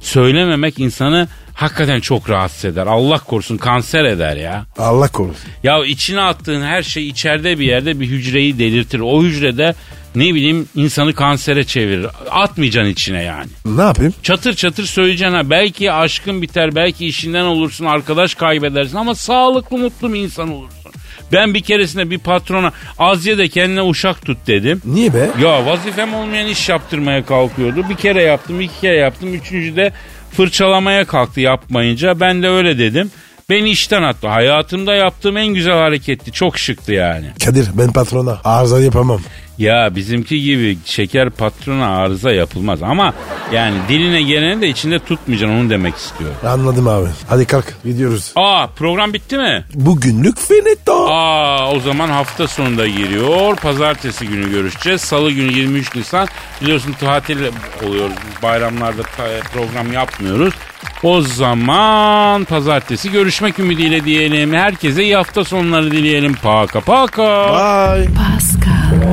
[SPEAKER 2] söylememek insanı hakikaten çok rahatsız eder. Allah korusun kanser eder ya.
[SPEAKER 3] Allah korusun.
[SPEAKER 2] Ya içine attığın her şey içeride bir yerde bir hücreyi delirtir. O hücrede ne bileyim insanı kansere çevirir. Atmayacaksın içine yani.
[SPEAKER 3] Ne yapayım?
[SPEAKER 2] Çatır çatır söyleyeceksin ha. Belki aşkın biter, belki işinden olursun, arkadaş kaybedersin ama sağlıklı mutlu bir insan olursun. Ben bir keresinde bir patrona az ye de kendine uşak tut dedim.
[SPEAKER 3] Niye be?
[SPEAKER 2] Ya vazifem olmayan iş yaptırmaya kalkıyordu. Bir kere yaptım, iki kere yaptım. Üçüncü de fırçalamaya kalktı yapmayınca. Ben de öyle dedim. Beni işten attı. Hayatımda yaptığım en güzel hareketti. Çok şıktı yani.
[SPEAKER 3] Kadir ben patrona arıza yapamam.
[SPEAKER 2] Ya bizimki gibi şeker patrona arıza yapılmaz. Ama yani diline geleni de içinde tutmayacaksın onu demek istiyorum.
[SPEAKER 3] Anladım abi. Hadi kalk gidiyoruz.
[SPEAKER 2] Aa program bitti mi?
[SPEAKER 3] Bugünlük finito.
[SPEAKER 2] Aa o zaman hafta sonunda giriyor. Pazartesi günü görüşeceğiz. Salı günü 23 Nisan. Biliyorsun tatil oluyoruz. Biz Bayramlarda ta- program yapmıyoruz. O zaman pazartesi görüşmek ümidiyle diyelim. Herkese iyi hafta sonları dileyelim. Paka paka.
[SPEAKER 3] Bye.
[SPEAKER 1] Pascal,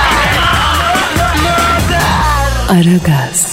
[SPEAKER 1] Aragaz.